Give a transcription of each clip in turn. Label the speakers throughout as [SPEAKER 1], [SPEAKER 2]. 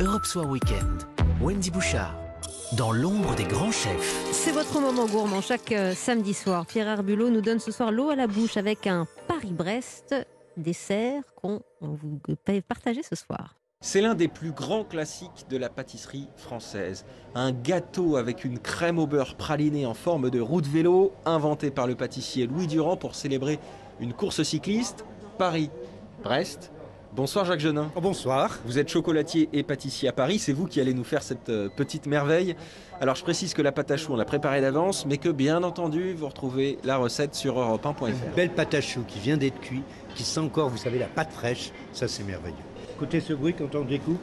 [SPEAKER 1] Europe Soir Weekend. Wendy Bouchard. Dans l'ombre des grands chefs.
[SPEAKER 2] C'est votre moment gourmand chaque euh, samedi soir. Pierre Herbulot nous donne ce soir l'eau à la bouche avec un Paris-Brest dessert qu'on on vous partager ce soir.
[SPEAKER 3] C'est l'un des plus grands classiques de la pâtisserie française. Un gâteau avec une crème au beurre pralinée en forme de roue de vélo, inventé par le pâtissier Louis Durand pour célébrer une course cycliste Paris-Brest. Bonsoir Jacques Genin.
[SPEAKER 4] Bonsoir.
[SPEAKER 3] Vous êtes chocolatier et pâtissier à Paris, c'est vous qui allez nous faire cette euh, petite merveille. Alors je précise que la pâte à choux, on l'a préparée d'avance, mais que bien entendu, vous retrouvez la recette sur
[SPEAKER 4] Une
[SPEAKER 3] europe1.fr.
[SPEAKER 4] belle pâte à choux qui vient d'être cuite, qui sent encore, vous savez, la pâte fraîche. Ça, c'est merveilleux. Écoutez ce bruit quand on découpe.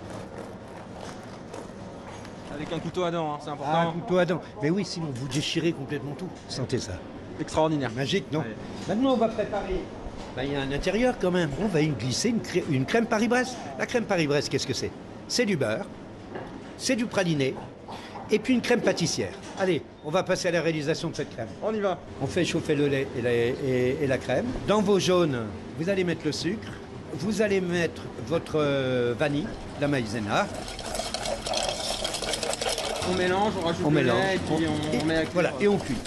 [SPEAKER 3] Avec un couteau à dents, hein, c'est
[SPEAKER 4] Ah,
[SPEAKER 3] important.
[SPEAKER 4] couteau à dents. Mais oui, sinon, vous déchirez complètement tout. Sentez ça.
[SPEAKER 3] Extraordinaire.
[SPEAKER 4] Magique, non
[SPEAKER 3] Ouais.
[SPEAKER 4] Maintenant, on va préparer. Ben, Il y a un intérieur quand même. On va y glisser une, cré- une crème Paris-Brest. La crème Paris-Brest, qu'est-ce que c'est C'est du beurre, c'est du praliné, et puis une crème pâtissière. Allez, on va passer à la réalisation de cette crème.
[SPEAKER 3] On y va.
[SPEAKER 4] On fait chauffer le lait et la, et- et la crème. Dans vos jaunes, vous allez mettre le sucre. Vous allez mettre votre euh, vanille, la maïzena.
[SPEAKER 3] On mélange, on rajoute
[SPEAKER 4] On
[SPEAKER 3] le
[SPEAKER 4] mélange.
[SPEAKER 3] lait et puis on,
[SPEAKER 4] Et-
[SPEAKER 3] on met la crème.
[SPEAKER 4] voilà, et on cuit.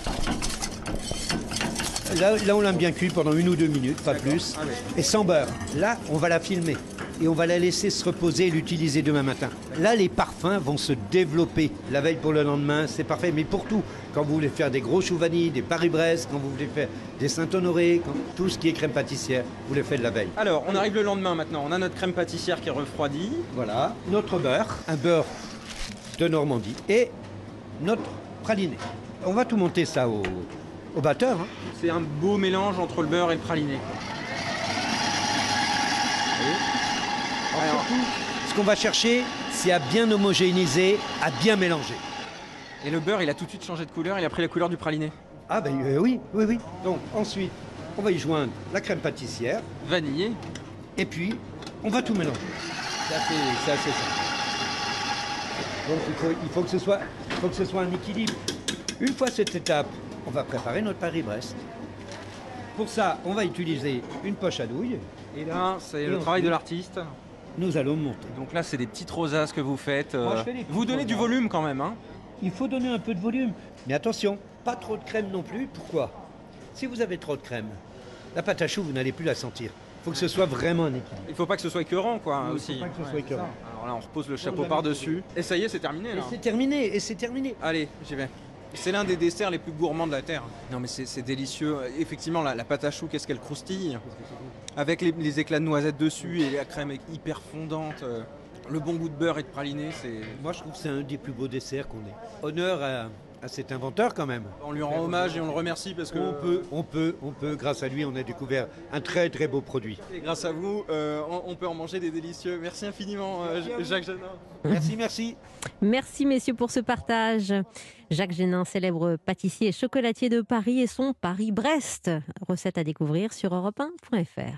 [SPEAKER 4] Là, là, on l'a bien cuit pendant une ou deux minutes, pas plus.
[SPEAKER 3] Ah oui.
[SPEAKER 4] Et sans beurre. Là, on va la filmer. Et on va la laisser se reposer et l'utiliser demain matin. Là, les parfums vont se développer. La veille pour le lendemain, c'est parfait. Mais pour tout, quand vous voulez faire des gros choux vanille, des Paris-Brest, quand vous voulez faire des Saint-Honoré, quand... tout ce qui est crème pâtissière, vous le faites la veille.
[SPEAKER 3] Alors, on arrive le lendemain maintenant. On a notre crème pâtissière qui est refroidie.
[SPEAKER 4] Voilà, notre beurre, un beurre de Normandie et notre praliné. On va tout monter ça au, au batteur. hein.
[SPEAKER 3] C'est un beau mélange entre le beurre et le praliné. Alors,
[SPEAKER 4] Ce qu'on va chercher, c'est à bien homogénéiser, à bien mélanger.
[SPEAKER 3] et le beurre, il a tout de suite changé de couleur. Il a pris la couleur du praliné.
[SPEAKER 4] Ah ben euh, oui, oui, oui. Donc ensuite, on va y joindre la crème pâtissière
[SPEAKER 3] Vanillé.
[SPEAKER 4] et puis on va tout mélanger. Ça c'est c'est assez simple. Donc il faut, il faut que ce soit, il faut que ce soit un équilibre. Une fois cette étape, on va préparer notre Paris-Brest. Pour ça, on va utiliser une poche à douille.
[SPEAKER 3] Et là, c'est
[SPEAKER 4] Et
[SPEAKER 3] le
[SPEAKER 4] on
[SPEAKER 3] travail
[SPEAKER 4] coupe.
[SPEAKER 3] de l'artiste.
[SPEAKER 4] Nous allons monter.
[SPEAKER 3] Donc là, c'est des petites rosaces que vous faites.
[SPEAKER 4] Moi,
[SPEAKER 3] euh,
[SPEAKER 4] je fais des petites
[SPEAKER 3] vous donnez du
[SPEAKER 4] rosaces.
[SPEAKER 3] volume quand même. Hein.
[SPEAKER 4] Il faut donner un peu de volume. Mais attention, pas trop de crème non plus. Pourquoi Si vous avez trop de crème, la pâte à choux, vous n'allez plus la sentir. Il faut que ce soit vraiment un équilibre.
[SPEAKER 3] Il faut pas que ce soit écœurant, quoi,
[SPEAKER 4] Oui, il faut
[SPEAKER 3] aussi.
[SPEAKER 4] pas que ce soit
[SPEAKER 3] c'est
[SPEAKER 4] écœurant.
[SPEAKER 3] ça. Alors là, on repose le chapeau par-dessus. Et ça y est, c'est terminé,
[SPEAKER 4] Et
[SPEAKER 3] là.
[SPEAKER 4] c'est terminé, et c'est terminé.
[SPEAKER 3] Allez, j'y vais. C'est l'un des desserts les plus gourmands de la Terre. Non mais c'est c'est délicieux. Effectivement, la, la pâte à choux, qu'est-ce qu'elle croustille Avec les, les éclats de noisettes dessus et la crème est hyper fondante. euh, Le bon goût de beurre et de praliné, c'est...
[SPEAKER 4] Moi, je trouve que c'est un des plus beaux desserts qu'on ait. Honneur à, à cet inventeur quand même.
[SPEAKER 3] On lui rend hommage et on le remercie parce que...
[SPEAKER 4] On peut, on peut, on peut. Grâce à lui, on a découvert un très très beau produit.
[SPEAKER 3] Et grâce à vous, euh, on, on peut en manger des délicieux. Merci infiniment, euh,
[SPEAKER 4] Merci à vous.
[SPEAKER 3] Jacques Janin.
[SPEAKER 4] Merci, merci.
[SPEAKER 2] Merci messieurs pour ce partage. Jacques Génin, célèbre pâtissier et chocolatier de Paris et son Paris-Brest. Recette à découvrir sur europe1.fr.